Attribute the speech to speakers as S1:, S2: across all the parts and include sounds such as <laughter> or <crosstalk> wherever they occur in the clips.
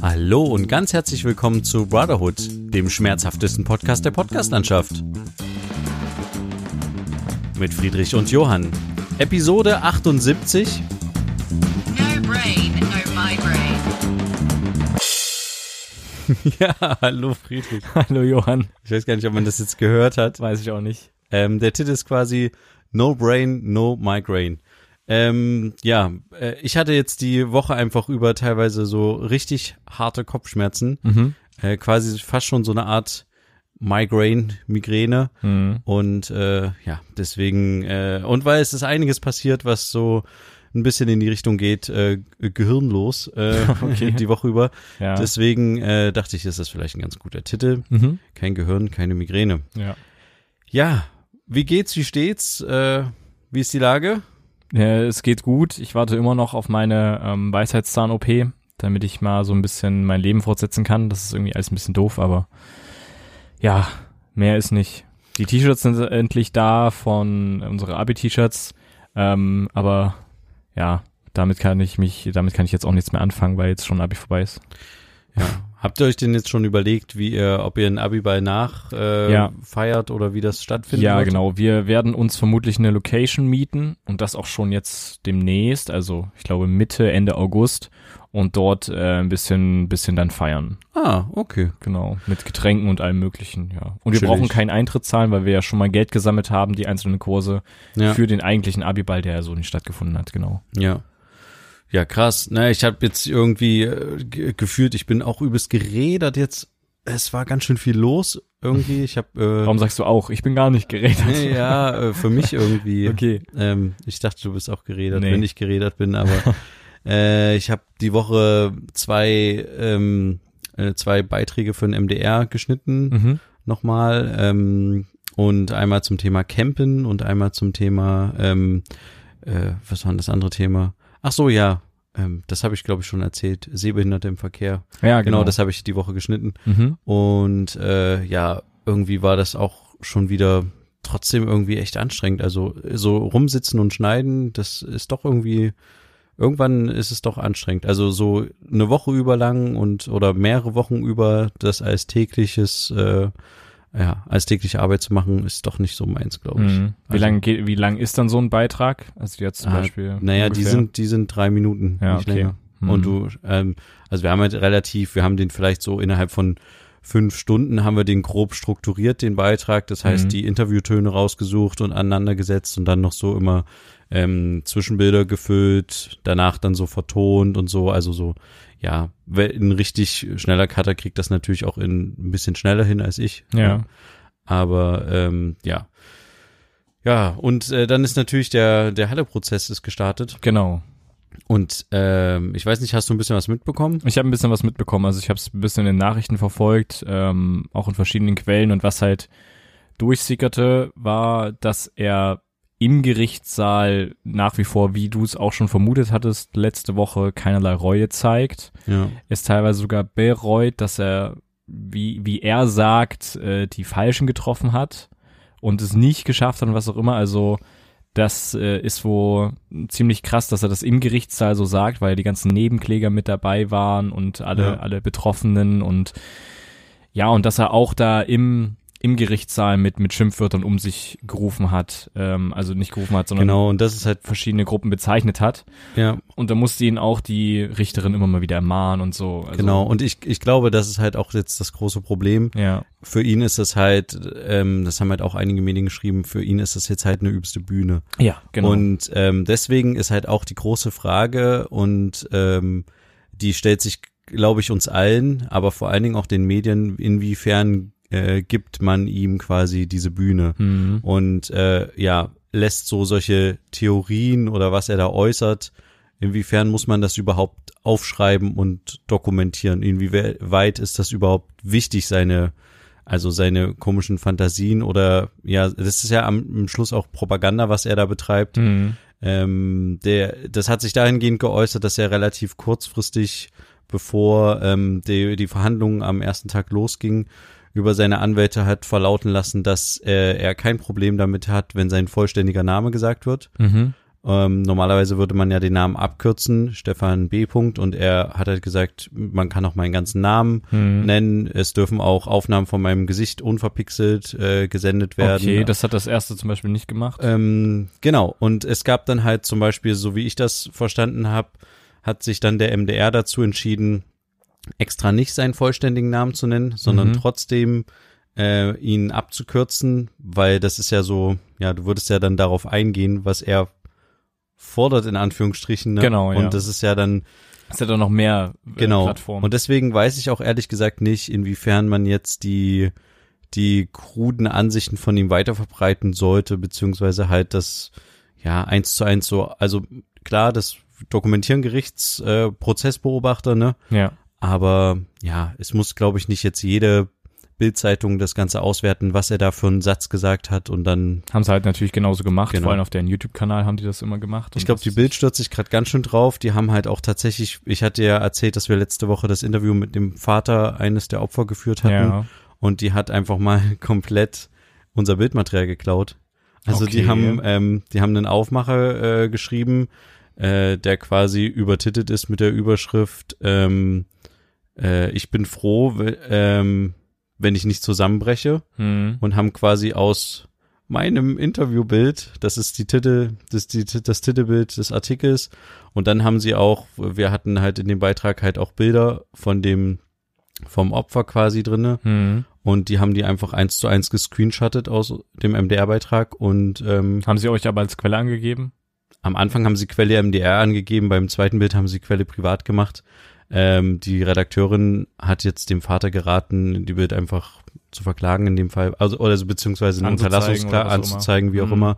S1: Hallo und ganz herzlich willkommen zu Brotherhood, dem schmerzhaftesten Podcast der Podcastlandschaft. Mit Friedrich und Johann. Episode 78.
S2: No brain, no migraine.
S1: <laughs> Ja, hallo Friedrich.
S3: <laughs> Hallo Johann,
S1: Ich weiß gar nicht, ob man das jetzt gehört hat.
S3: weiß ich auch nicht.
S1: Ähm, der Titel ist quasi No Brain, No Migraine. Ähm, ja, äh, ich hatte jetzt die Woche einfach über teilweise so richtig harte Kopfschmerzen. Äh, quasi fast schon so eine Art Migraine, Migräne. Und äh, ja, deswegen, äh, und weil es ist einiges passiert, was so ein bisschen in die Richtung geht, äh, gehirnlos
S3: <laughs>
S1: äh, die Woche über.
S3: Ja.
S1: Deswegen äh, dachte ich, ist das vielleicht ein ganz guter Titel.
S3: Mhm.
S1: Kein Gehirn, keine Migräne.
S3: ja.
S1: Ja, wie geht's, wie steht's? Äh, wie ist die Lage?
S3: Äh, es geht gut. Ich warte immer noch auf meine ähm, Weisheitszahn-OP, damit ich mal so ein bisschen mein Leben fortsetzen kann. Das ist irgendwie alles ein bisschen doof, aber ja, mehr ist nicht. Die T-Shirts sind endlich da von äh, unsere Abi-T-Shirts, ähm, aber ja, damit kann ich mich, damit kann ich jetzt auch nichts mehr anfangen, weil jetzt schon Abi vorbei ist.
S1: Habt ihr euch denn jetzt schon überlegt, wie ihr, ob ihr ein Abiball nach äh,
S3: Ja.
S1: feiert oder wie das stattfindet?
S3: Ja, genau. Wir werden uns vermutlich eine Location mieten und das auch schon jetzt demnächst, also ich glaube Mitte, Ende August und dort äh, ein bisschen, bisschen dann feiern.
S1: Ah, okay.
S3: Genau. Mit Getränken und allem Möglichen, ja. Und wir
S1: Chillig.
S3: brauchen keinen Eintritt zahlen, weil wir ja schon mal Geld gesammelt haben, die einzelnen Kurse
S1: Ja.
S3: für den eigentlichen Abiball, der ja so nicht stattgefunden hat, genau.
S1: Ja. Ja, krass. Na, ich habe jetzt irgendwie äh, ge- gefühlt, ich bin auch übelst gerädert jetzt. Es war ganz schön viel los irgendwie. Ich habe
S3: Warum sagst du auch? Ich bin gar nicht geredet.
S1: äh, äh, <laughs> ja äh, für mich irgendwie.
S3: <laughs> Okay.
S1: Ähm, ich dachte, du bist auch geredet,
S3: Nee.
S1: wenn ich geredet bin,
S3: <laughs>
S1: aber äh, ich habe die Woche zwei ähm, äh, zwei Beiträge für den MDR geschnitten
S3: Mhm.
S1: nochmal ähm, und einmal zum Thema Campen und einmal zum Thema ähm, äh, was war denn das andere Thema? Ach so, ja, ähm, das habe ich glaube ich schon erzählt. Sehbehinderte im Verkehr.
S3: Ja,
S1: Genau,
S3: genau.
S1: das habe ich die Woche geschnitten
S3: Mhm.
S1: und äh, ja, irgendwie war das auch schon wieder trotzdem irgendwie echt anstrengend. Also so rumsitzen und schneiden, das ist doch irgendwie irgendwann ist es doch anstrengend. Also so eine Woche über lang und oder mehrere Wochen über das als tägliches äh, ja, als tägliche Arbeit zu machen, ist doch nicht so meins, glaube ich.
S3: Mhm. Wie
S1: Also-
S3: lang geht, wie lang ist dann so ein Beitrag? Also jetzt zum
S1: Ah,
S3: Beispiel.
S1: Naja, die
S3: ungefähr?
S1: sind, die sind drei Minuten,
S3: Ja,
S1: nicht
S3: okay.
S1: länger.
S3: Mhm.
S1: Und du, ähm, also wir haben halt relativ, wir haben den vielleicht so innerhalb von fünf Stunden haben wir den grob strukturiert, den Beitrag. Das heißt,
S3: Mhm.
S1: die Interviewtöne rausgesucht und aneinander gesetzt und dann noch so immer ähm, Zwischenbilder gefüllt, danach dann so vertont und so, also so, ja, we- ein richtig schneller Cutter kriegt das natürlich auch in ein bisschen schneller hin als ich. ne?
S3: Ja.
S1: Aber ähm, ja. Ja, und äh, dann ist natürlich der, der Halle-Prozess ist gestartet.
S3: Genau.
S1: Und ähm, ich weiß nicht, hast du ein bisschen was mitbekommen?
S3: Ich habe ein bisschen was mitbekommen. Also ich habe es ein bisschen in den Nachrichten verfolgt, ähm, auch in verschiedenen Quellen. Und was halt durchsickerte, war, dass er im Gerichtssaal nach wie vor, wie du es auch schon vermutet hattest, letzte Woche keinerlei Reue zeigt.
S1: Ja.
S3: Es teilweise sogar bereut, dass er, wie, wie er sagt, äh, die Falschen getroffen hat und es nicht geschafft hat und was auch immer. Also das äh, ist wohl ziemlich krass, dass er das im Gerichtssaal so sagt, weil die ganzen Nebenkläger mit dabei waren und alle,
S1: Ja.
S3: alle Betroffenen und ja, und dass er auch da im, im Gerichtssaal mit, mit Schimpfwörtern um sich gerufen hat, ähm, also nicht gerufen hat, sondern
S1: Genau, und das ist halt,
S3: verschiedene Gruppen bezeichnet hat.
S1: ja,
S3: Und da musste ihn auch die Richterin immer mal wieder ermahnen und so. Also,
S1: genau. Und ich, ich glaube, das ist halt auch jetzt das große Problem.
S3: Ja,
S1: Für ihn ist das halt, ähm, das haben halt auch einige Medien geschrieben, für ihn ist das jetzt halt eine übste Bühne.
S3: ja, genau.
S1: Und ähm, deswegen ist halt auch die große Frage und ähm, die stellt sich, glaube ich, uns allen, aber vor allen Dingen auch den Medien, inwiefern äh, gibt man ihm quasi diese Bühne.
S3: Mhm.
S1: und äh, ja, lässt so solche Theorien oder was er da äußert, inwiefern muss man das überhaupt aufschreiben und dokumentieren? Inwieweit ist das überhaupt wichtig, seine, also seine komischen Fantasien oder ja, das ist ja am, am Schluss auch Propaganda, was er da betreibt.
S3: Mhm.
S1: Ähm, der, das hat sich dahingehend geäußert, dass er relativ kurzfristig, bevor ähm, die, die Verhandlungen am ersten Tag losgingen, über seine Anwälte hat verlauten lassen, dass äh, er kein Problem damit hat, wenn sein vollständiger Name gesagt wird.
S3: Mhm.
S1: Ähm, normalerweise würde man ja den Namen abkürzen, Stefan B. Punkt, und er hat halt gesagt, man kann auch meinen ganzen Namen
S3: Hm.
S1: nennen. Es dürfen auch Aufnahmen von meinem Gesicht unverpixelt äh, gesendet werden.
S3: Okay, das hat das erste zum Beispiel nicht gemacht.
S1: Ähm, genau, und es gab dann halt zum Beispiel, so wie ich das verstanden habe, hat sich dann der MDR dazu entschieden, extra nicht seinen vollständigen Namen zu nennen, sondern
S3: Mhm.
S1: trotzdem äh, ihn abzukürzen, weil das ist ja so, ja, du würdest ja dann darauf eingehen, was er fordert, in Anführungsstrichen. Ne?
S3: Genau, ja.
S1: Und das ist ja dann,
S3: Das hat dann noch mehr äh,
S1: genau.
S3: Plattformen.
S1: Und deswegen weiß ich auch ehrlich gesagt nicht, inwiefern man jetzt die die kruden Ansichten von ihm weiterverbreiten sollte, beziehungsweise halt das ja eins zu eins so, also klar, das dokumentieren Gerichts äh, Prozessbeobachter, ne?
S3: ja.
S1: Aber ja, es muss, glaube ich, nicht jetzt jede Bildzeitung das Ganze auswerten, was er da für einen Satz gesagt hat und dann.
S3: Haben sie halt natürlich genauso gemacht.
S1: Genau.
S3: Vor allem auf deren YouTube-Kanal haben die das immer gemacht.
S1: Ich
S3: Und
S1: glaube,
S3: das-
S1: die Bild stürzt sich gerade ganz schön drauf. Die haben halt auch tatsächlich, ich hatte ja erzählt, dass wir letzte Woche das Interview mit dem Vater eines der Opfer geführt hatten.
S3: Ja.
S1: und die hat einfach mal <laughs> komplett unser Bildmaterial geklaut. Also die
S3: Okay.
S1: haben, ähm, die haben einen Aufmacher äh, geschrieben, äh, der quasi übertitelt ist mit der Überschrift ähm, äh, Ich bin froh, we- ähm, wenn ich nicht zusammenbreche
S3: Hm.
S1: und haben quasi aus meinem Interviewbild, das ist die Titel, das, die, das Titelbild des Artikels und dann haben sie auch, wir hatten halt in dem Beitrag halt auch Bilder von dem, vom Opfer quasi drinne
S3: Hm.
S1: und die haben die einfach eins zu eins gescreenshottet aus dem MDR-Beitrag und ähm,
S3: Haben sie euch aber als Quelle angegeben?
S1: am Anfang haben sie Quelle MDR angegeben, beim zweiten Bild haben sie Quelle privat gemacht. Ähm, die Redakteurin hat jetzt dem Vater geraten, die Bild einfach zu verklagen in dem Fall, also, oder also beziehungsweise eine
S3: Anzuzeigen
S1: Unterlassungsklar
S3: oder was auch immer.
S1: anzuzeigen, wie auch
S3: Mhm.
S1: immer.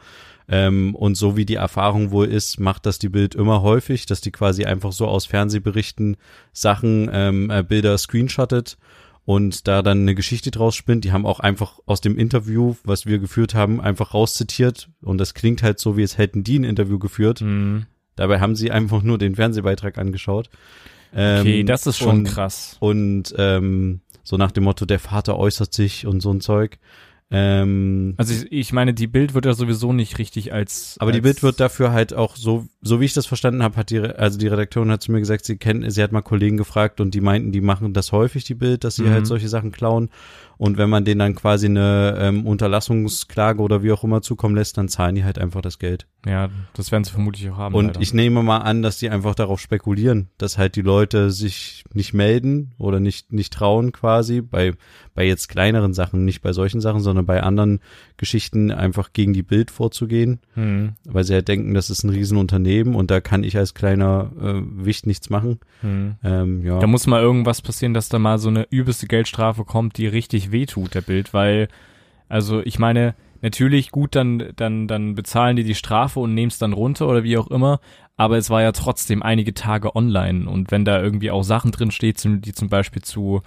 S1: Ähm, und so wie die Erfahrung wohl ist, macht das die Bild immer häufig, dass die quasi einfach so aus Fernsehberichten Sachen, ähm, äh, Bilder screenshottet und da dann eine Geschichte draus spinnt. Die haben auch einfach aus dem Interview, was wir geführt haben, einfach rauszitiert. Und das klingt halt so, wie es hätten die ein Interview geführt.
S3: Hm.
S1: Dabei haben sie einfach nur den Fernsehbeitrag angeschaut. Ähm,
S3: Okay, das ist schon
S1: und,
S3: krass.
S1: Und ähm, so nach dem Motto, der Vater äußert sich und so ein Zeug. Ähm,
S3: Also ich, ich meine, die Bild wird ja sowieso nicht richtig als.
S1: aber die
S3: als-
S1: Bild wird dafür halt auch so, so wie ich das verstanden habe, hat die, Re- also die Redakteurin hat zu mir gesagt, sie kennt, sie hat mal Kollegen gefragt und die meinten, die machen das häufig, die Bild, dass sie
S3: Mhm.
S1: halt solche Sachen klauen. Und wenn man denen dann quasi eine ähm, Unterlassungsklage oder wie auch immer zukommen lässt, dann zahlen die halt einfach das Geld.
S3: Ja, das werden sie vermutlich auch haben.
S1: Und
S3: leider.
S1: ich nehme mal an, dass die einfach darauf spekulieren, dass halt die Leute sich nicht melden oder nicht, nicht trauen quasi bei, bei jetzt kleineren Sachen, nicht bei solchen Sachen, sondern bei anderen Geschichten einfach gegen die Bild vorzugehen,
S3: Hm.
S1: weil sie halt denken, das ist ein Riesenunternehmen und da kann ich als kleiner äh, Wicht nichts machen.
S3: Hm.
S1: Ähm, ja.
S3: Da muss mal irgendwas passieren, dass da mal so eine übelste Geldstrafe kommt, die richtig wehtut, der Bild, weil, also ich meine, natürlich gut, dann, dann, dann bezahlen die die Strafe und nehmen es dann runter oder wie auch immer, aber es war ja trotzdem einige Tage online und wenn da irgendwie auch Sachen drin steht, zum- die zum Beispiel zu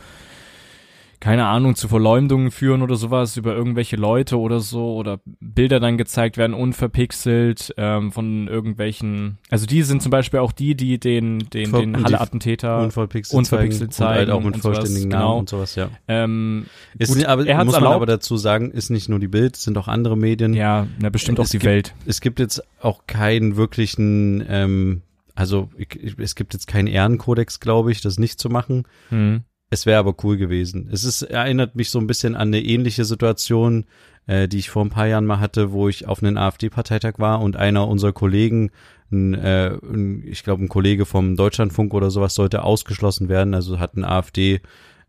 S3: keine Ahnung, zu Verleumdungen führen oder sowas über irgendwelche Leute oder so oder Bilder dann gezeigt werden, unverpixelt ähm, von irgendwelchen, also die sind zum Beispiel auch die, die den, den,
S1: Ver-
S3: den
S1: die-
S3: Halle-Attentäter
S1: Unverpixelt,
S3: unverpixelt
S1: zeigen, und halt
S3: zeigen
S1: auch mit
S3: und sowas,
S1: vollständigen Namen
S3: genau.
S1: und sowas, ja.
S3: Ähm,
S1: Ist,
S3: Gut,
S1: nicht- aber,
S3: er hat's
S1: muss man
S3: erlaubt.
S1: aber dazu sagen, ist nicht nur die Bild, sind auch andere Medien.
S3: ja, na, bestimmt auch
S1: Es
S3: die
S1: gibt-
S3: Welt.
S1: es gibt jetzt auch keinen wirklichen, ähm, also ich- ich- es gibt jetzt keinen Ehrenkodex, glaube ich, das nicht zu machen.
S3: Hm.
S1: Es wäre aber cool gewesen. Es ist, erinnert mich so ein bisschen an eine ähnliche Situation, äh, die ich vor ein paar Jahren mal hatte, wo ich auf einen AfD-Parteitag war und einer unserer Kollegen, ein, äh, ein, ich glaube ein Kollege vom Deutschlandfunk oder sowas, sollte ausgeschlossen werden. Also hat ein AfD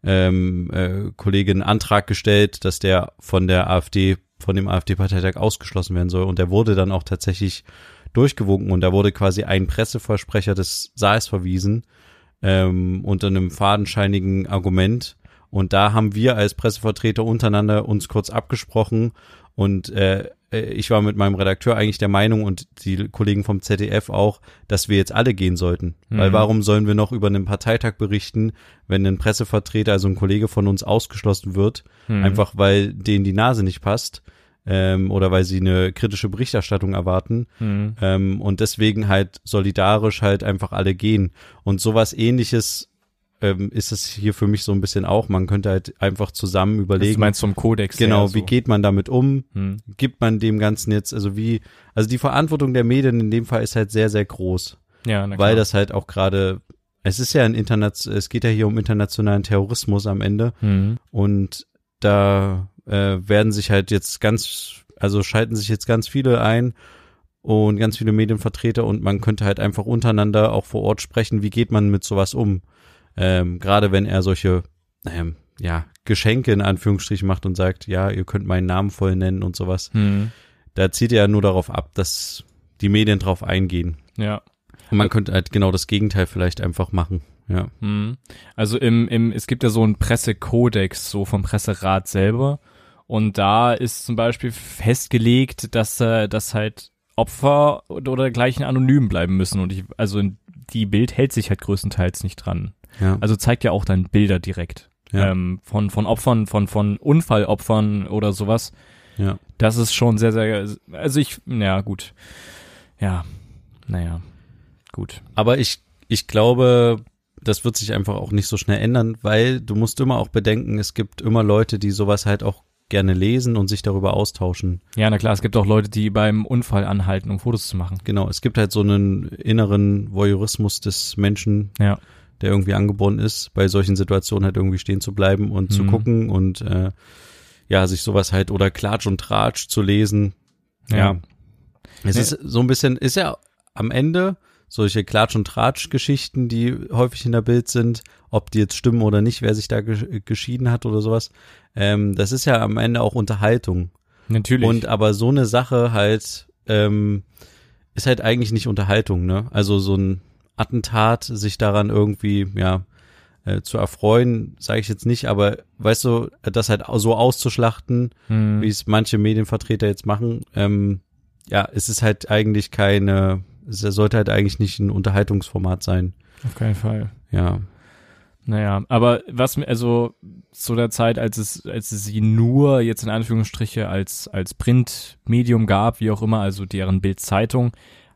S1: ähm, äh, Kollege einen Antrag gestellt, dass der von der AfD, von dem AfD-Parteitag ausgeschlossen werden soll. Und der wurde dann auch tatsächlich durchgewunken und da wurde quasi ein Presseversprecher des Saals verwiesen ähm, unter einem fadenscheinigen Argument. Und da haben wir als Pressevertreter untereinander uns kurz abgesprochen und äh, äh, ich war mit meinem Redakteur eigentlich der Meinung und die Kollegen vom ZDF auch, dass wir jetzt alle gehen sollten. Weil
S3: Mhm.
S1: warum sollen wir noch über einen Parteitag berichten, wenn ein Pressevertreter, also ein Kollege von uns ausgeschlossen wird,
S3: Hm.
S1: einfach weil denen die Nase nicht passt ähm, oder weil sie eine kritische Berichterstattung erwarten.
S3: Hm.
S1: Ähm, und deswegen halt solidarisch halt einfach alle gehen. Und sowas ähnliches ähm, ist es hier für mich so ein bisschen auch. Man könnte halt einfach zusammen
S3: Also Du
S1: überlegen,
S3: meinst zum Kodex.
S1: genau,
S3: her, so.
S1: wie geht man damit um?
S3: Hm.
S1: Gibt man dem Ganzen jetzt, also wie, also die Verantwortung der Medien in dem Fall ist halt sehr, sehr groß,
S3: Ja, na klar.
S1: weil das halt auch gerade, es ist ja ein Internet, es geht ja hier um internationalen Terrorismus am Ende
S3: Hm.
S1: und da äh, werden sich halt jetzt ganz, also schalten sich jetzt ganz viele ein und ganz viele Medienvertreter und man könnte halt einfach untereinander auch vor Ort sprechen, wie geht man mit sowas um? Ähm, gerade wenn er solche, ähm, ja, Geschenke in Anführungsstrichen macht und sagt, ja, ihr könnt meinen Namen voll nennen und sowas.
S3: Hm.
S1: Da zieht er ja nur darauf ab, dass die Medien drauf eingehen.
S3: Ja.
S1: Und man könnte halt genau das Gegenteil vielleicht einfach machen. Ja.
S3: Mhm. Also im, im, es gibt ja so einen Pressekodex, so vom Presserat selber. Und da ist zum Beispiel festgelegt, dass, äh, dass halt Opfer oder oder dergleichen anonym bleiben müssen. Und ich, also die Bild hält sich halt größtenteils nicht dran.
S1: Ja.
S3: Also zeigt ja auch dann Bilder direkt.
S1: Ja.
S3: Ähm, von, von Opfern, von, von Unfallopfern oder sowas.
S1: ja.
S3: Das ist schon sehr, sehr, also ich, ja, gut. Ja, naja, gut.
S1: Aber ich, ich glaube, das wird sich einfach auch nicht so schnell ändern, weil du musst immer auch bedenken, es gibt immer Leute, die sowas halt auch gerne lesen und sich darüber austauschen.
S3: Ja, na klar, es gibt auch Leute, die beim Unfall anhalten, um Fotos zu machen.
S1: Genau, es gibt halt so einen inneren Voyeurismus des Menschen,
S3: Ja.
S1: der irgendwie angeboren ist, bei solchen Situationen halt irgendwie stehen zu bleiben und zu
S3: Mhm.
S1: gucken und äh, ja, sich sowas halt oder Klatsch und Tratsch zu lesen. Ja. Es
S3: Nee.
S1: ist so ein bisschen, ist ja am Ende solche Klatsch- und Tratsch-Geschichten, die häufig in der Bild sind, ob die jetzt stimmen oder nicht, wer sich da ge geschieden hat oder sowas. Ähm, das ist ja am Ende auch Unterhaltung.
S3: natürlich.
S1: Und aber so eine Sache halt ähm, ist halt eigentlich nicht Unterhaltung, ne? Also so ein Attentat, sich daran irgendwie, ja, äh, zu erfreuen, sage ich jetzt nicht, aber weißt du, das halt so auszuschlachten,
S3: Hm.
S1: wie es manche Medienvertreter jetzt machen, ähm, ja, es ist halt eigentlich keine, es sollte halt eigentlich nicht ein Unterhaltungsformat sein.
S3: auf keinen Fall.
S1: Ja,
S3: Naja, aber was mir, also zu der Zeit, als es, als es sie nur jetzt in Anführungsstriche als, als Printmedium gab, wie auch immer, also deren Bildzeitung,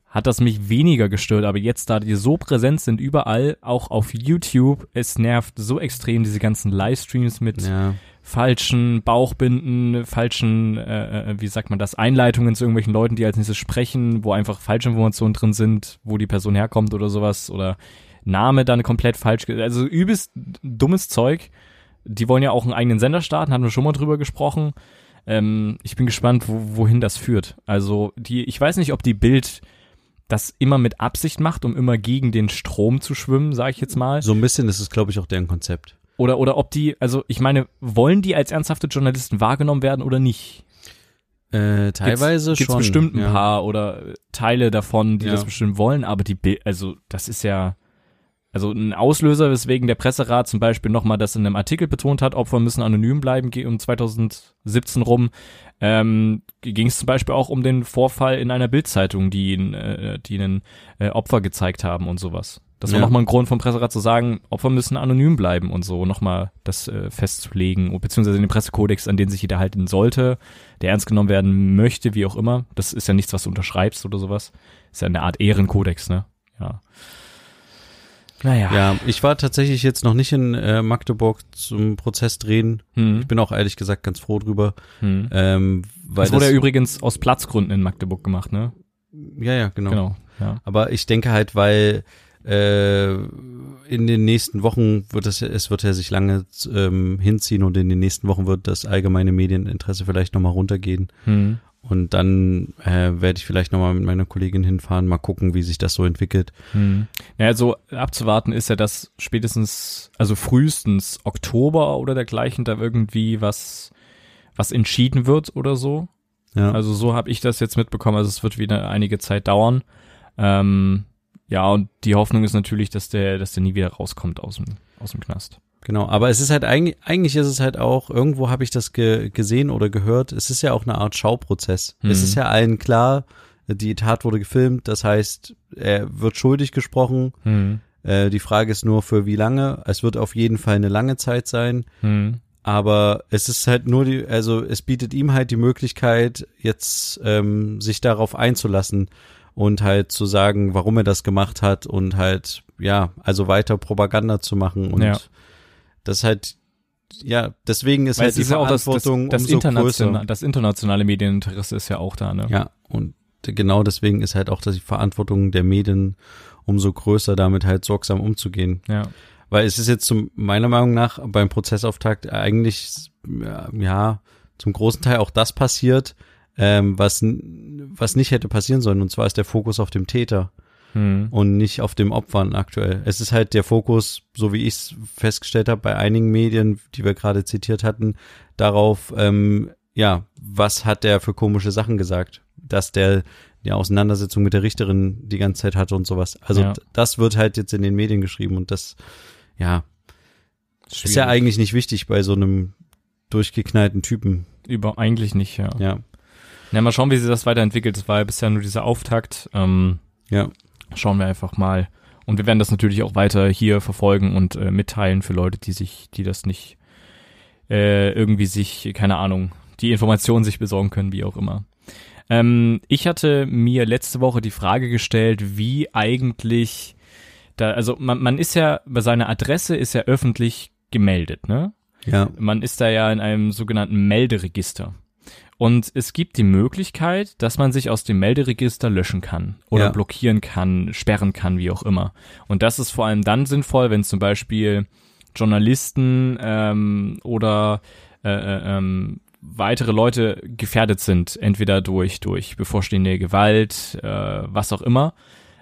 S3: hat das mich weniger gestört. Aber jetzt, da die so präsent sind überall, auch auf YouTube, es nervt so extrem diese ganzen Livestreams mit
S1: ja,
S3: falschen Bauchbinden, falschen, äh, äh, wie sagt man das, Einleitungen zu irgendwelchen Leuten, die als nächstes sprechen, wo einfach falsche Informationen drin sind, wo die Person herkommt oder sowas oder Name dann komplett falsch, ge- also übelst dummes Zeug. Die wollen ja auch einen eigenen Sender starten, haben wir schon mal drüber gesprochen. Ähm, ich bin gespannt, wo, wohin das führt. Also die, ich weiß nicht, ob die Bild das immer mit Absicht macht, um immer gegen den Strom zu schwimmen, sage ich jetzt mal.
S1: so ein bisschen ist es, glaube ich, auch deren Konzept.
S3: Oder, oder ob die, also ich meine, wollen die als ernsthafte Journalisten wahrgenommen werden oder nicht?
S1: Äh, teilweise
S3: gibt's,
S1: schon.
S3: Gibt's bestimmt ein
S1: ja.
S3: paar oder äh, Teile davon, die
S1: Ja.
S3: das bestimmt wollen, aber die, Bi- also das ist ja, also ein Auslöser, weswegen der Presserat zum Beispiel nochmal das in einem Artikel betont hat, Opfer müssen anonym bleiben, ge- um 2017 rum, ähm, ging es zum Beispiel auch um den Vorfall in einer Bildzeitung, die, ihn, äh, die einen äh, Opfer gezeigt haben und sowas. Das war
S1: Ja.
S3: nochmal ein Grund vom Presserat zu sagen, Opfer müssen anonym bleiben und so, nochmal das äh, festzulegen, beziehungsweise den Pressekodex, an den sich jeder halten sollte, der ernst genommen werden möchte, wie auch immer. Das ist ja nichts, was du unterschreibst oder sowas. Ist ja eine Art Ehrenkodex, ne? Ja. Naja.
S1: Ja, ich war tatsächlich jetzt noch nicht in äh, Magdeburg zum Prozess drehen.
S3: Hm,
S1: Ich bin auch ehrlich gesagt ganz froh drüber.
S3: hm.
S1: Ähm, weil
S3: Das wurde ja übrigens aus Platzgründen in Magdeburg gemacht, ne?
S1: ja, ja, genau.
S3: Genau. Ja.
S1: Aber ich denke halt, weil äh, in den nächsten Wochen wird es, es wird ja sich lange ähm, hinziehen und in den nächsten Wochen wird das allgemeine Medieninteresse vielleicht nochmal runtergehen.
S3: Hm.
S1: Und dann äh, werde ich vielleicht nochmal mit meiner Kollegin hinfahren, mal gucken, wie sich das so entwickelt.
S3: Hm. Naja, so abzuwarten ist ja, dass spätestens, also frühestens Oktober oder dergleichen da irgendwie was, was entschieden wird oder so.
S1: Ja,
S3: Also so habe ich das jetzt mitbekommen. Also es wird wieder einige Zeit dauern. Ähm, ja, und die Hoffnung ist natürlich, dass der, dass der nie wieder rauskommt aus dem, aus dem Knast.
S1: genau. Aber es ist halt eigentlich, eigentlich ist es halt auch, irgendwo habe ich das ge gesehen oder gehört, es ist ja auch eine Art Schauprozess.
S3: Mhm.
S1: Es ist ja allen klar, die Tat wurde gefilmt, das heißt, er wird schuldig gesprochen.
S3: Hm.
S1: Äh, die Frage ist nur, für wie lange. Es wird auf jeden Fall eine lange Zeit sein.
S3: Hm.
S1: Aber es ist halt nur die, also es bietet ihm halt die Möglichkeit, jetzt ähm, sich darauf einzulassen. und halt zu sagen, warum er das gemacht hat und halt, ja, also weiter Propaganda zu machen und
S3: Ja.
S1: das halt, ja, deswegen ist
S3: Weil
S1: halt
S3: es
S1: die
S3: ist ja auch das, das,
S1: Verantwortung
S3: das,
S1: umso größer.
S3: internationale, das internationale Medieninteresse ist ja auch da, ne?
S1: Ja, und genau deswegen ist halt auch dass die Verantwortung der Medien umso größer, damit halt sorgsam umzugehen.
S3: Ja.
S1: Weil es ist jetzt zum, meiner Meinung nach beim Prozessauftakt eigentlich, ja, ja, zum großen Teil auch das passiert, ähm, was, n- was nicht hätte passieren sollen. Und zwar ist der Fokus auf dem Täter
S3: Hm.
S1: und nicht auf dem Opfern aktuell. Es ist halt der Fokus, so wie ich es festgestellt habe, bei einigen Medien, die wir gerade zitiert hatten, darauf, ähm, ja, was hat der für komische Sachen gesagt, dass der die Auseinandersetzung mit der Richterin die ganze Zeit hatte und sowas. Also
S3: Ja.
S1: d- das wird halt jetzt in den Medien geschrieben und das, ja, ist ja
S3: Schwierig.
S1: eigentlich nicht wichtig bei so einem durchgeknallten Typen.
S3: Über, eigentlich nicht, ja.
S1: Ja,
S3: Na, mal schauen, wie sie das weiterentwickelt. Es war ja bisher nur dieser Auftakt. Ähm,
S1: ja,
S3: schauen wir einfach mal. Und wir werden das natürlich auch weiter hier verfolgen und äh, mitteilen für Leute, die sich, die das nicht äh, irgendwie sich, keine Ahnung, die Informationen sich besorgen können, wie auch immer. Ähm, ich hatte mir letzte Woche die Frage gestellt, wie eigentlich da, also man, man ist ja, bei seiner Adresse ist ja öffentlich gemeldet, ne?
S1: ja,
S3: Man ist da ja in einem sogenannten Melderegister. Und es gibt die Möglichkeit, dass man sich aus dem Melderegister löschen kann oder
S1: Ja.
S3: blockieren kann, sperren kann, wie auch immer. Und das ist vor allem dann sinnvoll, wenn zum Beispiel Journalisten ähm, oder äh, äh, ähm, weitere Leute gefährdet sind, entweder durch durch bevorstehende Gewalt, äh, was auch immer.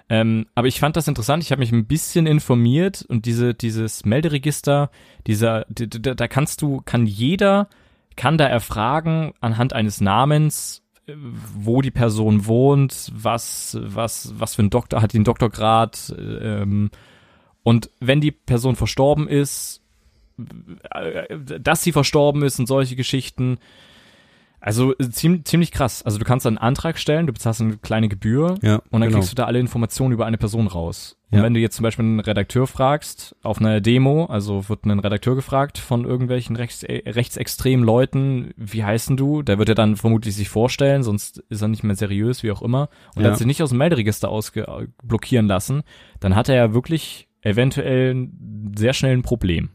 S3: Ähm, aber ich fand das interessant. Ich habe mich ein bisschen informiert und diese dieses Melderegister, dieser d- d- da kannst du kann jeder kann da erfragen anhand eines Namens, äh, wo die Person wohnt, was was was für ein Doktor hat den Doktorgrad äh, ähm, und wenn die Person verstorben ist, äh, dass sie verstorben ist und solche Geschichten. Also äh, ziemlich, ziemlich krass. Also du kannst da einen Antrag stellen, du bezahlst eine kleine Gebühr
S1: ja.
S3: und dann
S1: genau.
S3: kriegst du da alle Informationen über eine Person raus. Und
S1: Ja.
S3: wenn du jetzt zum Beispiel einen Redakteur fragst, auf einer Demo, also wird ein Redakteur gefragt von irgendwelchen rechts, äh, rechtsextremen Leuten, wie heißen du? Der wird ja dann vermutlich sich vorstellen, sonst ist er nicht mehr seriös, wie auch immer. Und
S1: Ja.
S3: hat sich nicht aus dem Melderegister ausge äh, blockieren lassen, dann hat er ja wirklich eventuell ein- sehr schnell ein Problem.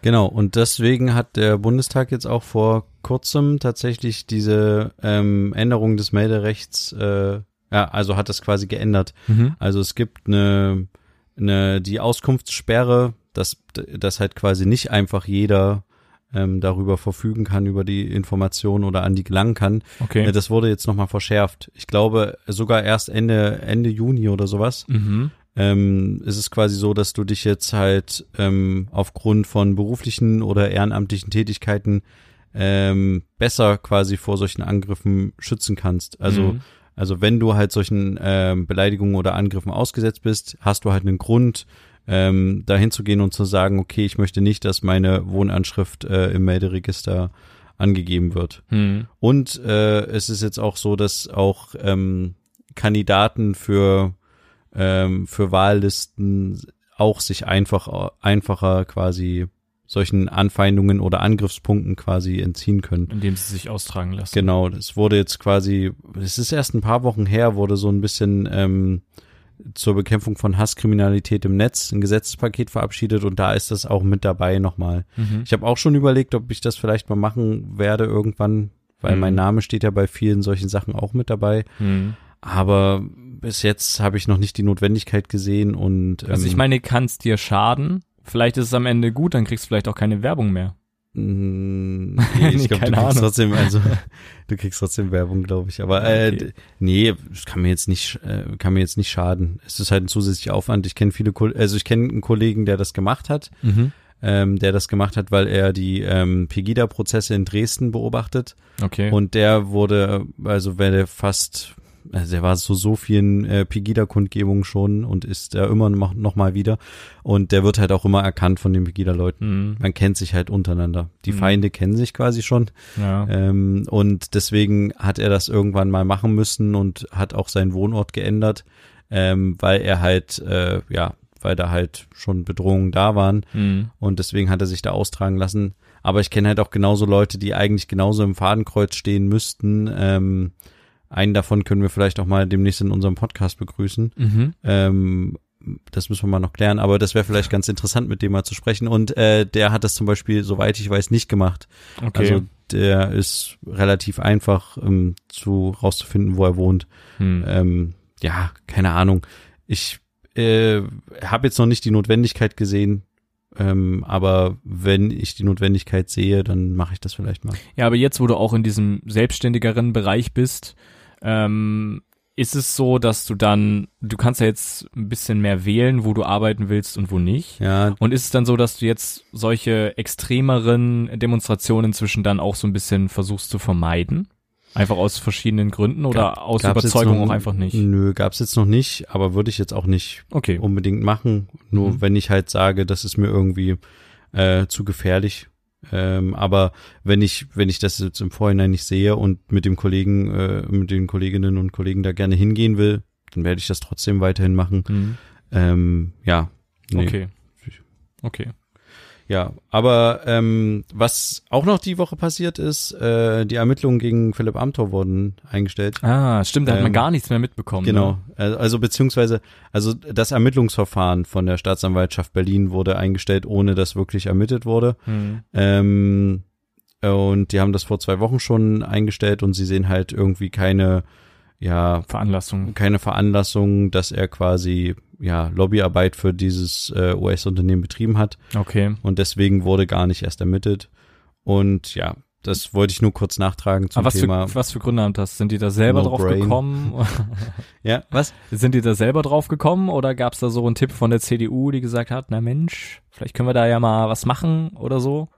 S1: Genau, und deswegen hat der Bundestag jetzt auch vor kurzem tatsächlich diese ähm, Änderung des Melderechts, äh, ja, also hat das quasi geändert. Also es gibt eine, eine die Auskunftssperre, dass, dass halt quasi nicht einfach jeder ähm, darüber verfügen kann, über die Informationen oder an die gelangen kann.
S3: Okay.
S1: Äh, Das wurde jetzt nochmal verschärft. Ich glaube sogar erst Ende, Ende Juni oder sowas
S3: Mhm.
S1: ähm, ist es quasi so, dass du dich jetzt halt ähm, aufgrund von beruflichen oder ehrenamtlichen Tätigkeiten ähm, besser quasi vor solchen Angriffen schützen kannst. Also
S3: Mhm.
S1: also wenn du halt solchen ähm, Beleidigungen oder Angriffen ausgesetzt bist, hast du halt einen Grund, ähm, dahin zu gehen und zu sagen, okay, ich möchte nicht, dass meine Wohnanschrift äh, im Melderegister angegeben wird.
S3: Mhm.
S1: Und äh, es ist jetzt auch so, dass auch ähm, Kandidaten für, ähm, für Wahllisten auch sich einfach, einfacher quasi solchen Anfeindungen oder Angriffspunkten quasi entziehen können.
S3: Indem sie sich austragen lassen.
S1: Genau, das wurde jetzt quasi, es ist erst ein paar Wochen her, wurde so ein bisschen ähm, zur Bekämpfung von Hasskriminalität im Netz ein Gesetzespaket verabschiedet und da ist das auch mit dabei nochmal.
S3: Mhm.
S1: Ich habe auch schon überlegt, ob ich das vielleicht mal machen werde irgendwann, weil
S3: Mhm.
S1: mein Name steht ja bei vielen solchen Sachen auch mit dabei.
S3: Mhm.
S1: Aber bis jetzt habe ich noch nicht die Notwendigkeit gesehen und ähm,
S3: Also ich meine, kann es dir schaden? Vielleicht ist es am Ende gut, dann kriegst du vielleicht auch keine Werbung mehr. <laughs>
S1: Mm, Nee, ich glaube,
S3: Nee,
S1: du
S3: keine
S1: kriegst
S3: Ahnung.
S1: trotzdem, also du kriegst trotzdem Werbung, glaube ich. Aber äh,
S3: Okay.
S1: d- nee, das kann mir jetzt nicht, äh, kann mir jetzt nicht schaden. Es ist halt ein zusätzlicher Aufwand. Ich kenne viele, Ko- also ich kenne einen Kollegen, der das gemacht hat, ähm, der das gemacht hat, weil er die ähm, Pegida-Prozesse in Dresden beobachtet.
S3: Okay.
S1: Und der wurde, also wenn er fast, also er war so so vielen äh, Pegida-Kundgebungen schon und ist da immer noch, noch mal wieder. Und der wird halt auch immer erkannt von den Pegida-Leuten
S3: Mhm.
S1: man kennt sich halt untereinander. Die
S3: Mhm.
S1: Feinde kennen sich quasi schon.
S3: Ja.
S1: Ähm, und deswegen hat er das irgendwann mal machen müssen und hat auch seinen Wohnort geändert, ähm, weil er halt, äh, ja, weil da halt schon Bedrohungen da waren.
S3: Mhm.
S1: Und deswegen hat er sich da austragen lassen. Aber ich kenne halt auch genauso Leute, die eigentlich genauso im Fadenkreuz stehen müssten, ähm, Einen davon können wir vielleicht auch mal demnächst in unserem Podcast begrüßen.
S3: Mhm.
S1: Ähm, das müssen wir mal noch klären, aber das wäre vielleicht ganz interessant, mit dem mal zu sprechen. Und äh, der hat das zum Beispiel, soweit ich weiß, nicht gemacht.
S3: Okay.
S1: Also der ist relativ einfach ähm, zu rauszufinden, wo er wohnt.
S3: hm.
S1: Ähm, ja, keine Ahnung. Ich äh, habe jetzt noch nicht die Notwendigkeit gesehen, ähm, aber wenn ich die Notwendigkeit sehe, dann mache ich das vielleicht mal.
S3: Ja, aber jetzt, wo du auch in diesem selbstständigeren Bereich bist, ähm, ist es so, dass du dann, du kannst ja jetzt ein bisschen mehr wählen, wo du arbeiten willst und wo nicht.
S1: Ja,
S3: Und ist es dann so, dass du jetzt solche extremeren Demonstrationen inzwischen dann auch so ein bisschen versuchst zu vermeiden? Einfach aus verschiedenen Gründen oder
S1: Gab-
S3: aus
S1: gab's jetzt
S3: Überzeugung
S1: noch-
S3: auch einfach nicht?
S1: nö, gab's jetzt noch nicht, aber würde ich jetzt auch nicht
S3: Okay.
S1: unbedingt machen. Nur
S3: Mhm.
S1: wenn ich halt sage, das ist mir irgendwie äh, zu gefährlich. Ähm, aber wenn ich, wenn ich das jetzt im Vorhinein nicht sehe und mit dem Kollegen, äh, mit den Kolleginnen und Kollegen da gerne hingehen will, dann werde ich das trotzdem weiterhin machen.
S3: Mhm.
S1: Ähm, ja. Nee.
S3: Okay. Okay.
S1: Ja, aber ähm, was auch noch die Woche passiert ist, äh, die Ermittlungen gegen Philipp Amthor wurden eingestellt.
S3: Ah, stimmt, da hat man
S1: Ähm,
S3: gar nichts mehr mitbekommen.
S1: Genau,
S3: Ne?
S1: also also beziehungsweise, also das Ermittlungsverfahren von der Staatsanwaltschaft Berlin wurde eingestellt, ohne dass wirklich ermittelt wurde.
S3: Mhm.
S1: Ähm, und die haben das vor zwei Wochen schon eingestellt und sie sehen halt irgendwie keine, ja,
S3: Veranlassung.
S1: keine Veranlassung, dass er quasi ja Lobbyarbeit für dieses äh, US-Unternehmen betrieben hat
S3: Okay.
S1: und deswegen wurde gar nicht erst ermittelt. Und ja, das wollte ich nur kurz nachtragen zum
S3: Aber Ah, was
S1: Thema.
S3: für, was für Gründe haben das? Sind die da selber
S1: No
S3: drauf
S1: brain.
S3: gekommen? <laughs>
S1: ja, was?
S3: Sind die da selber drauf gekommen oder gab es da so einen Tipp von der CDU, die gesagt hat, na Mensch, vielleicht können wir da ja mal was machen oder so?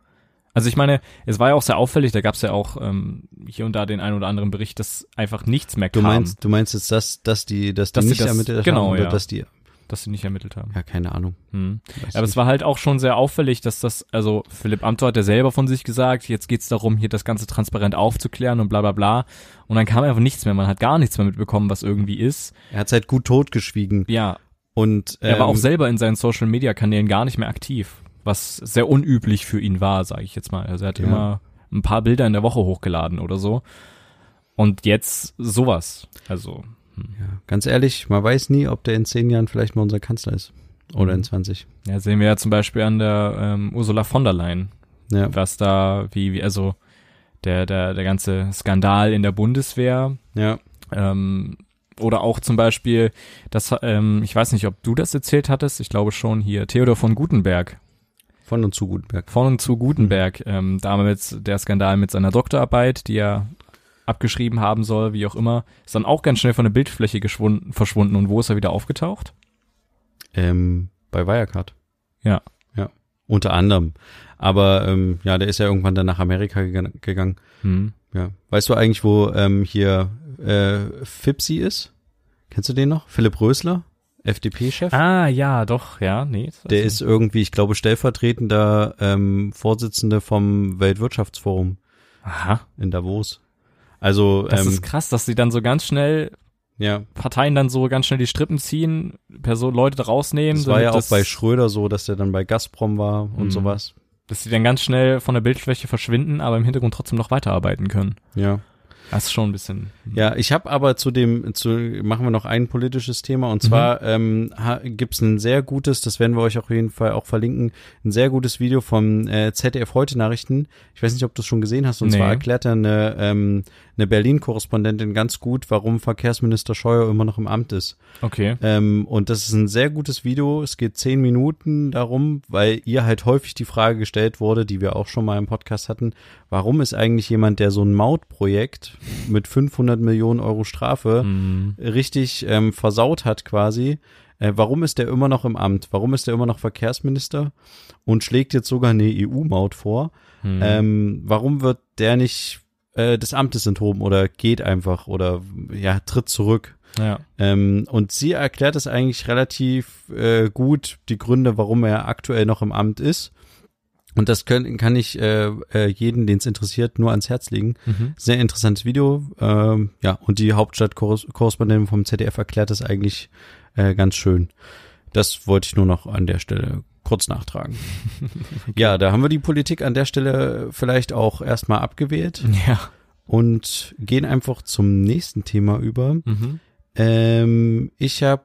S3: Also ich meine, es war ja auch sehr auffällig, da gab es ja auch ähm, hier und da den einen oder anderen Bericht, dass einfach nichts mehr
S1: Du
S3: kam,
S1: meinst, du meinst jetzt, dass, dass die, dass die
S3: Dass die
S1: nicht
S3: das-
S1: ermittelt haben
S3: genau,
S1: oder
S3: ja.
S1: dass die,
S3: dass sie nicht ermittelt haben.
S1: ja, keine Ahnung.
S3: Hm.
S1: Weiß
S3: Aber
S1: nicht.
S3: es war halt auch schon sehr auffällig, dass das, also Philipp Amthor hat ja selber von sich gesagt, jetzt geht's darum, hier das Ganze transparent aufzuklären und bla bla bla. Und dann kam einfach nichts mehr, man hat gar nichts mehr mitbekommen, was irgendwie ist.
S1: er hat halt gut totgeschwiegen
S3: Ja,
S1: und ähm,
S3: Er war auch selber in seinen Social Media Kanälen gar nicht mehr aktiv, was sehr unüblich für ihn war, sage ich jetzt mal. Also er hat
S1: Ja.
S3: immer ein paar Bilder in der Woche hochgeladen oder so. Und jetzt sowas. Also
S1: ja, ganz ehrlich, man weiß nie, ob der in zehn Jahren vielleicht mal unser Kanzler ist oder
S3: Mhm.
S1: in 20.
S3: ja, sehen wir ja zum Beispiel an der ähm, Ursula von der Leyen,
S1: Ja,
S3: was da wie wie also der der der ganze Skandal in der Bundeswehr,
S1: ja,
S3: Ähm, oder auch zum Beispiel, das, ähm, ich weiß nicht, ob du das erzählt hattest, ich glaube schon hier, Theodor von Gutenberg,
S1: von und zu Gutenberg.
S3: von und zu Gutenberg,
S1: Mhm.
S3: ähm, damals der Skandal mit seiner Doktorarbeit, die er abgeschrieben haben soll, wie auch immer, ist dann auch ganz schnell von der Bildfläche geschwunden, verschwunden und wo ist er wieder aufgetaucht?
S1: Ähm, bei Wirecard.
S3: Ja.
S1: Ja, unter anderem. Aber ähm, ja, der ist ja irgendwann dann nach Amerika gegangen- gegangen.
S3: Hm.
S1: Ja. Weißt du eigentlich, wo ähm, hier äh, Fipsi ist? Kennst du den noch? Philipp Rösler, FDP-Chef.
S3: Ah, ja, doch, ja, nee. das-
S1: Der ist irgendwie, ich glaube, stellvertretender ähm, Vorsitzender vom Weltwirtschaftsforum
S3: Aha,
S1: in Davos. Also,
S3: das
S1: ähm,
S3: ist krass, dass sie dann so ganz schnell,
S1: ja,
S3: Parteien dann so ganz schnell die Strippen ziehen, Person, Leute da rausnehmen.
S1: das war
S3: damit
S1: ja auch
S3: das-
S1: bei Schröder so, dass der dann bei Gazprom war und
S3: Mhm.
S1: sowas.
S3: dass sie dann ganz schnell von der Bildfläche verschwinden, aber im Hintergrund trotzdem noch weiterarbeiten können.
S1: Ja.
S3: Das ist schon ein bisschen.
S1: Ja, ich habe aber zu dem, zu, machen wir noch ein politisches Thema und zwar ähm, ha- gibt's ein sehr gutes, das werden wir euch auf jeden Fall auch verlinken, ein sehr gutes Video vom äh, ZDF Heute Nachrichten. Ich weiß nicht, ob du es schon gesehen hast und
S3: Nee.
S1: zwar erklärt er eine, ähm, eine Berlin-Korrespondentin ganz gut, warum Verkehrsminister Scheuer immer noch im Amt ist.
S3: Okay.
S1: Ähm, und das ist ein sehr gutes Video. Es geht zehn Minuten darum, weil ihr halt häufig die Frage gestellt wurde, die wir auch schon mal im Podcast hatten, warum ist eigentlich jemand, der so ein Mautprojekt mit 500 Millionen Euro Strafe
S3: Mhm.
S1: richtig ähm, versaut hat quasi, äh, warum ist der immer noch im Amt? Warum ist der immer noch Verkehrsminister und schlägt jetzt sogar eine EU-Maut vor?
S3: Mhm.
S1: Ähm, warum wird der nicht äh, des Amtes enthoben oder geht einfach oder ja, tritt zurück?
S3: Ja.
S1: Ähm, und sie erklärt es eigentlich relativ äh, gut, die Gründe, warum er aktuell noch im Amt ist. Und das können, kann ich äh, äh, jeden, den es interessiert, nur ans Herz legen.
S3: Mhm. <laughs>
S1: Sehr interessantes Video. Ähm, ja, und die Hauptstadtkorrespondentin vom ZDF erklärt das eigentlich äh, ganz schön. Das wollte ich nur noch an der Stelle kurz nachtragen. Ja, da haben wir die Politik an der Stelle vielleicht auch erstmal abgewählt.
S3: Ja.
S1: und gehen einfach zum nächsten Thema über.
S3: Mhm.
S1: Ähm, ich habe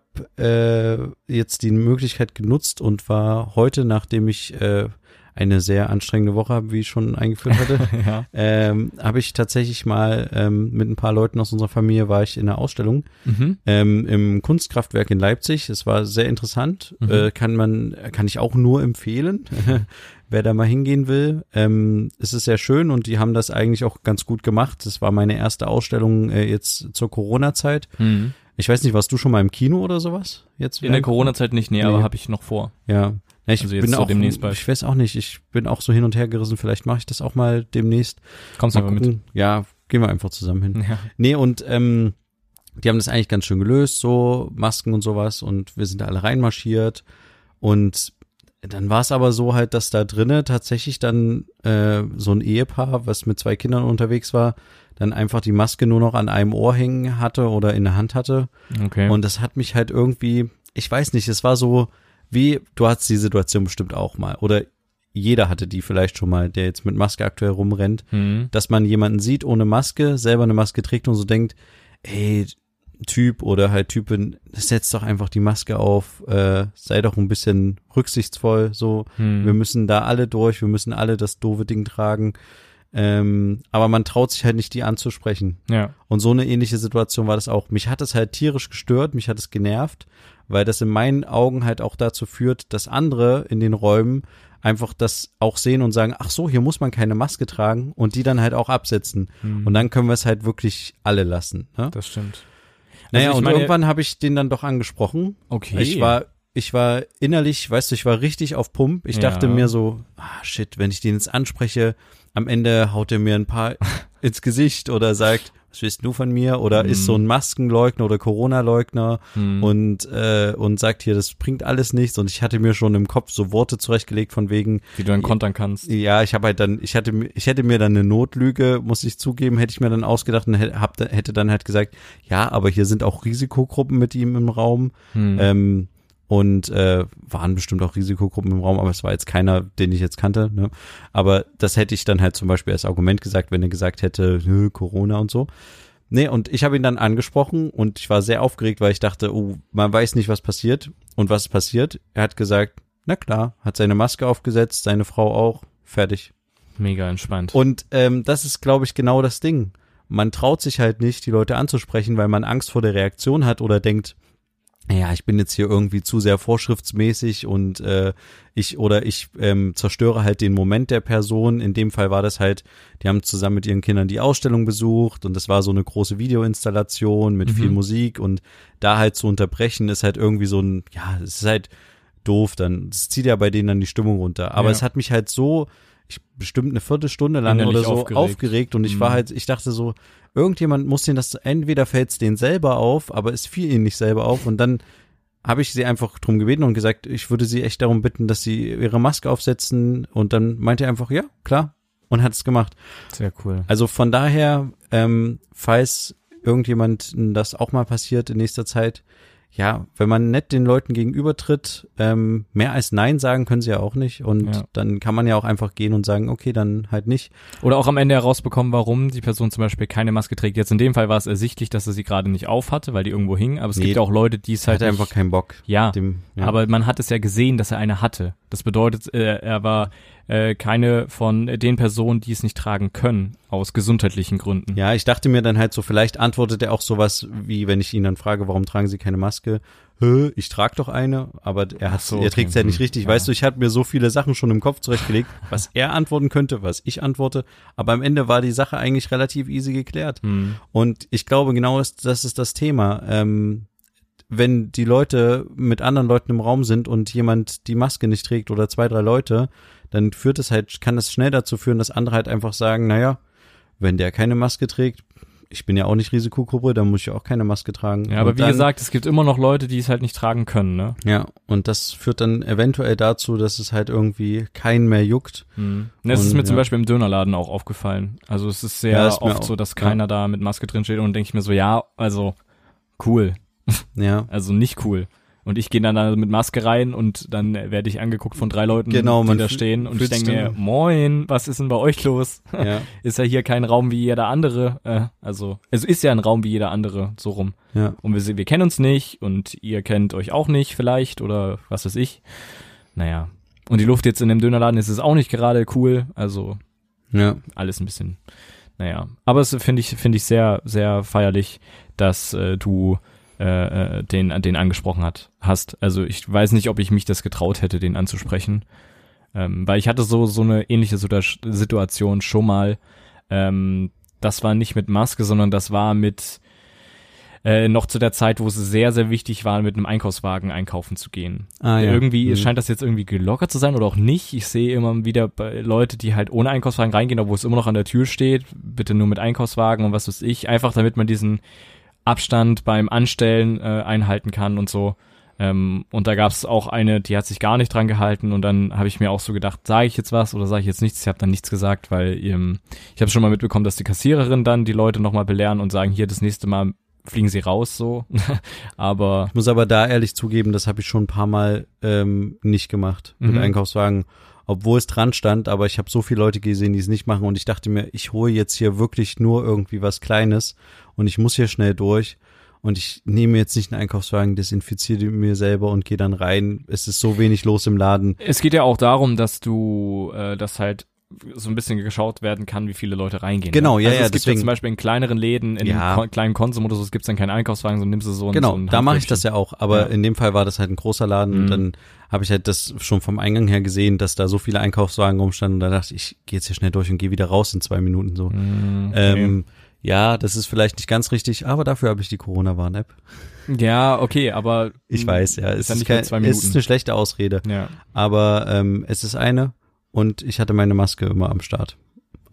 S1: äh, jetzt die Möglichkeit genutzt und war heute, nachdem ich äh, eine sehr anstrengende Woche habe, wie ich schon eingeführt
S3: <laughs>
S1: hatte,
S3: Ja.
S1: ähm, habe ich tatsächlich mal ähm, mit ein paar Leuten aus unserer Familie war ich in einer Ausstellung
S3: Mhm.
S1: ähm, im Kunstkraftwerk in Leipzig. Es war sehr interessant.
S3: Mhm.
S1: Äh, kann man, kann ich auch nur empfehlen, <laughs> wer da mal hingehen will. Ähm, es ist sehr schön und die haben das eigentlich auch ganz gut gemacht. Das war meine erste Ausstellung äh, jetzt zur Corona-Zeit.
S3: Mhm.
S1: Ich weiß nicht, warst du schon mal im Kino oder sowas? Jetzt
S3: In der Corona-Zeit nicht, nee,
S1: Nee.
S3: aber habe ich noch vor.
S1: Ja. Na, ich
S3: Also jetzt
S1: bin
S3: so
S1: auch,
S3: demnächst bald.
S1: ich weiß auch nicht, ich bin auch so hin und her gerissen. Vielleicht mache ich das auch mal demnächst.
S3: Kommst
S1: Mal
S3: aber mit. Hm.
S1: gucken. Ja, gehen wir einfach zusammen hin.
S3: Ja.
S1: Nee, und ähm, die haben das eigentlich ganz schön gelöst, so Masken und sowas. Und wir sind da alle reinmarschiert. Und dann war es aber so halt, dass da drinnen tatsächlich dann äh, so ein Ehepaar, was mit zwei Kindern unterwegs war, dann einfach die Maske nur noch an einem Ohr hängen hatte oder in der Hand hatte.
S3: Okay.
S1: Und das hat mich halt irgendwie, ich weiß nicht, es war so wie, du hattest die Situation bestimmt auch mal. Oder jeder hatte die vielleicht schon mal, der jetzt mit Maske aktuell rumrennt
S3: mhm.
S1: dass man jemanden sieht ohne Maske, selber eine Maske trägt und so denkt, ey, Typ oder halt Typin, setz doch einfach die Maske auf, äh, sei doch ein bisschen rücksichtsvoll, so,
S3: Mhm.
S1: wir müssen da alle durch, wir müssen alle das doofe Ding tragen. Ähm, aber man traut sich halt nicht, die anzusprechen.
S3: Ja.
S1: Und so eine ähnliche Situation war das auch. Mich hat es halt tierisch gestört, mich hat es genervt, weil das in meinen Augen halt auch dazu führt, dass andere in den Räumen einfach das auch sehen und sagen, ach so, hier muss man keine Maske tragen und die dann halt auch absetzen. Und dann können wir es halt wirklich alle lassen. Ne?
S3: Hm. Das stimmt.
S1: Naja,
S3: ich
S1: und
S3: meine-
S1: irgendwann habe ich den dann doch angesprochen.
S3: Okay.
S1: Ich war, ich war innerlich, weißt du, ich war richtig auf Pump. Ich dachte
S3: Ja.
S1: mir so, ah shit, wenn ich den jetzt anspreche, am Ende haut er mir ein
S3: <laughs>
S1: paar ins Gesicht oder sagt, was willst du von mir? Oder ist
S3: Mhm.
S1: so ein Maskenleugner oder Corona-Leugner und, äh, und sagt hier, das bringt alles nichts. Und ich hatte mir schon im Kopf so Worte zurechtgelegt von wegen,
S3: Wie du dann kontern kannst.
S1: ja, ich habe halt dann, ich hatte, mir- ich hätte mir dann eine Notlüge, muss ich zugeben, hätte ich mir dann ausgedacht und hätte, hab, hätte dann halt gesagt, ja, aber hier sind auch Risikogruppen mit ihm im Raum
S3: Hm. Mhm.
S1: ähm, und äh, waren bestimmt auch Risikogruppen im Raum, aber es war jetzt keiner, den ich jetzt kannte. Ne? Aber das hätte ich dann halt zum Beispiel als Argument gesagt, wenn er gesagt hätte, nö, Corona und so. Nee, und ich habe ihn dann angesprochen und ich war sehr aufgeregt, weil ich dachte, oh, man weiß nicht, was passiert. Und was ist passiert? Er hat gesagt, na klar, hat seine Maske aufgesetzt, seine Frau auch, fertig.
S3: Mega entspannt.
S1: Und ähm, das ist, glaube ich, genau das Ding. Man traut sich halt nicht, die Leute anzusprechen, weil man Angst vor der Reaktion hat oder denkt, ja, ich bin jetzt hier irgendwie zu sehr vorschriftsmäßig und äh, ich oder ich ähm, zerstöre halt den Moment der Person. In dem Fall war das halt, die haben zusammen mit ihren Kindern die Ausstellung besucht und das war so eine große Videoinstallation mit viel Musik und da halt zu unterbrechen ist halt irgendwie so ein, ja, es ist halt doof, dann es zieht ja bei denen dann die Stimmung runter. Aber
S3: Ja.
S1: es hat mich halt so, ich bestimmt eine Viertelstunde lang
S3: Innerlich
S1: oder so
S3: aufgeregt.
S1: aufgeregt, und ich war halt, ich dachte so, irgendjemand muss den das, entweder fällt es den selber auf, aber es fiel ihnen nicht selber auf und dann habe ich sie einfach drum gebeten und gesagt, ich würde sie echt darum bitten, dass sie ihre Maske aufsetzen und dann meinte er einfach, ja, klar und hat es gemacht.
S3: Sehr cool.
S1: Also von daher, ähm, falls irgendjemand das auch mal passiert in nächster Zeit, ja, wenn man nett den Leuten gegenübertritt, ähm, mehr als Nein sagen können sie ja auch nicht. Und
S3: Ja.
S1: dann kann man ja auch einfach gehen und sagen, okay, dann halt nicht.
S3: Oder auch am Ende herausbekommen, warum die Person zum Beispiel keine Maske trägt. Jetzt in dem Fall war es ersichtlich, dass er sie gerade nicht auf hatte, weil die irgendwo hing. Aber es
S1: Nee.
S3: gibt ja auch Leute, die es halt
S1: Hat einfach
S3: nicht,
S1: keinen Bock.
S3: ja,
S1: Dem, ja.
S3: Aber man hat es ja gesehen, dass er eine hatte. Das bedeutet, äh, er war äh, keine von den Personen, die es nicht tragen können, aus gesundheitlichen Gründen.
S1: ja, ich dachte mir dann halt so, vielleicht antwortet er auch sowas wie, wenn ich ihn dann frage, warum tragen Sie keine Maske? Hö, ich trage doch eine, aber er, hat,
S3: so,
S1: er
S3: okay.
S1: trägt es ja nicht
S3: Hm,
S1: richtig.
S3: ja.
S1: Weißt du, ich hatte mir so viele Sachen schon im Kopf zurechtgelegt, was er antworten könnte, was ich antworte. Aber am Ende war die Sache eigentlich relativ easy geklärt.
S3: Hm.
S1: Und ich glaube, genau ist, das ist das Thema. Ähm, wenn die Leute mit anderen Leuten im Raum sind und jemand die Maske nicht trägt oder zwei, drei Leute, dann führt es halt, kann es schnell dazu führen, dass andere halt einfach sagen, naja, wenn der keine Maske trägt, ich bin ja auch nicht Risikogruppe, dann muss ich auch keine Maske tragen.
S3: Ja, aber
S1: Und
S3: wie
S1: dann,
S3: gesagt, es gibt immer noch Leute, die es halt nicht tragen können, ne?
S1: Ja, und das führt dann eventuell dazu, dass es halt irgendwie keinen mehr juckt.
S3: Und das ist
S1: Und,
S3: mir zum
S1: ja.
S3: Beispiel im Dönerladen auch aufgefallen. Also es ist sehr
S1: Ja, ist mir
S3: oft
S1: auch-
S3: so, dass
S1: ja.
S3: keiner da mit Maske drin steht und denke ich mir so, ja, also cool. <laughs>
S1: Ja,
S3: Also nicht cool. Und ich gehe dann da mit Maske rein und dann werde ich angeguckt von drei Leuten,
S1: Genau,
S3: die
S1: man
S3: da
S1: fühl-
S3: stehen. Und ich
S1: fühlt sich
S3: denke mir,
S1: dann-
S3: moin, was ist denn bei euch los?
S1: Ja.
S3: Ist ja hier kein Raum wie jeder andere. Äh, also, also ist ja ein Raum wie jeder andere, so rum.
S1: Ja.
S3: Und wir, se- wir kennen uns nicht und ihr kennt euch auch nicht vielleicht oder was weiß ich. Naja. Und die Luft jetzt in dem Dönerladen ist es auch nicht gerade cool. Also
S1: Ja.
S3: alles ein bisschen, naja. Aber es finde ich, finde ich sehr, sehr feierlich, dass äh, du äh, äh, den, den angesprochen hat, hast. Also ich weiß nicht, ob ich mich das getraut hätte, den anzusprechen. Ähm, weil ich hatte so, so eine ähnliche Situa- Situation schon mal. Ähm, das war nicht mit Maske, sondern das war mit äh, noch zu der Zeit, wo es sehr, sehr wichtig war, mit einem Einkaufswagen einkaufen zu gehen.
S1: Ah, ja.
S3: Irgendwie
S1: Mhm.
S3: scheint das jetzt irgendwie gelockert zu sein oder auch nicht. Ich sehe immer wieder bei Leute, die halt ohne Einkaufswagen reingehen, obwohl es immer noch an der Tür steht, bitte nur mit Einkaufswagen und was weiß ich. Einfach damit man diesen Abstand beim Anstellen äh, einhalten kann und so. Ähm, und da gab es auch eine, die hat sich gar nicht dran gehalten und dann habe ich mir auch so gedacht, sage ich jetzt was oder sage ich jetzt nichts? Ich habe dann nichts gesagt, weil ähm, ich habe schon mal mitbekommen, dass die Kassiererin dann die Leute nochmal belehren und sagen, hier das nächste Mal fliegen sie raus so. <laughs> Aber
S1: Ich muss aber da ehrlich zugeben, das habe ich schon ein paar Mal ähm, nicht gemacht mit
S3: Mhm.
S1: Einkaufswagen, obwohl es dran stand, aber ich habe so viele Leute gesehen, die es nicht machen und ich dachte mir, ich hole jetzt hier wirklich nur irgendwie was Kleines und ich muss hier schnell durch und ich nehme jetzt nicht einen Einkaufswagen, desinfiziere den mir selber und gehe dann rein. Es ist so wenig los im Laden.
S3: es geht ja auch darum, dass du äh, das halt so ein bisschen geschaut werden kann, wie viele Leute reingehen.
S1: Genau,
S3: ne?
S1: ja,
S3: also
S1: ja,
S3: Es gibt
S1: deswegen-
S3: ja zum Beispiel in kleineren Läden, in
S1: Ja.
S3: ko kleinen Konsum oder so, es gibt dann keinen Einkaufswagen, sondern nimmst du so einen so
S1: Genau,
S3: einen
S1: da mache ich
S3: Handgröbchen.
S1: das ja auch, aber
S3: Ja.
S1: in dem Fall war das halt ein großer Laden und
S3: Mhm.
S1: dann habe ich halt das schon vom Eingang her gesehen, dass da so viele Einkaufswagen rumstanden und da dachte ich, ich gehe jetzt hier schnell durch und gehe wieder raus in zwei Minuten so.
S3: Mm, okay.
S1: Ähm, ja, das ist vielleicht nicht ganz richtig, aber dafür habe ich die Corona-Warn-App.
S3: Ja, okay, aber
S1: Ähm, Ich weiß, ja, es
S3: dann
S1: Hm. ist,
S3: nicht mehr
S1: kein,
S3: zwei
S1: es ist
S3: Minuten.
S1: eine schlechte Ausrede,
S3: ja.
S1: aber ähm, es ist eine und ich hatte meine Maske immer am Start.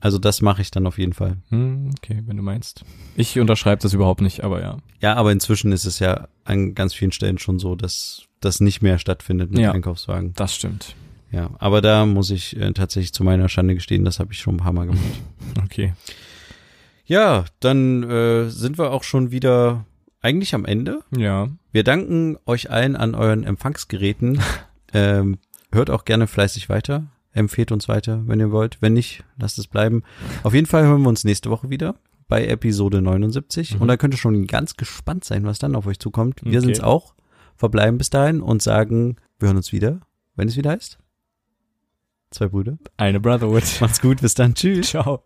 S1: Also das mache ich dann auf jeden Fall.
S3: Hm, okay, wenn du meinst. Ich unterschreibe das überhaupt nicht, aber ja.
S1: Ja, aber inzwischen ist es ja an ganz vielen Stellen schon so, dass das nicht mehr stattfindet mit
S3: Ja.
S1: Einkaufswagen.
S3: Das stimmt.
S1: Ja, aber da muss ich äh, tatsächlich zu meiner Schande gestehen, das habe ich schon ein paar Mal gemacht.
S3: Okay.
S1: ja, dann äh, sind wir auch schon wieder eigentlich am Ende.
S3: Ja.
S1: Wir danken euch allen an euren Empfangsgeräten. ähm, hört auch gerne fleißig weiter. Empfehlt uns weiter, wenn ihr wollt. Wenn nicht, lasst es bleiben. Auf jeden Fall hören wir uns nächste Woche wieder bei Episode 79. Und da könnt ihr schon ganz gespannt sein, was dann auf euch zukommt. Wir
S3: Okay.
S1: sind's auch. Verbleiben bis dahin und sagen, wir hören uns wieder, wenn es wieder heißt. Zwei Brüder.
S3: Eine Brotherhood.
S1: <laughs> Macht's gut, bis dann. Tschüss.
S3: Ciao.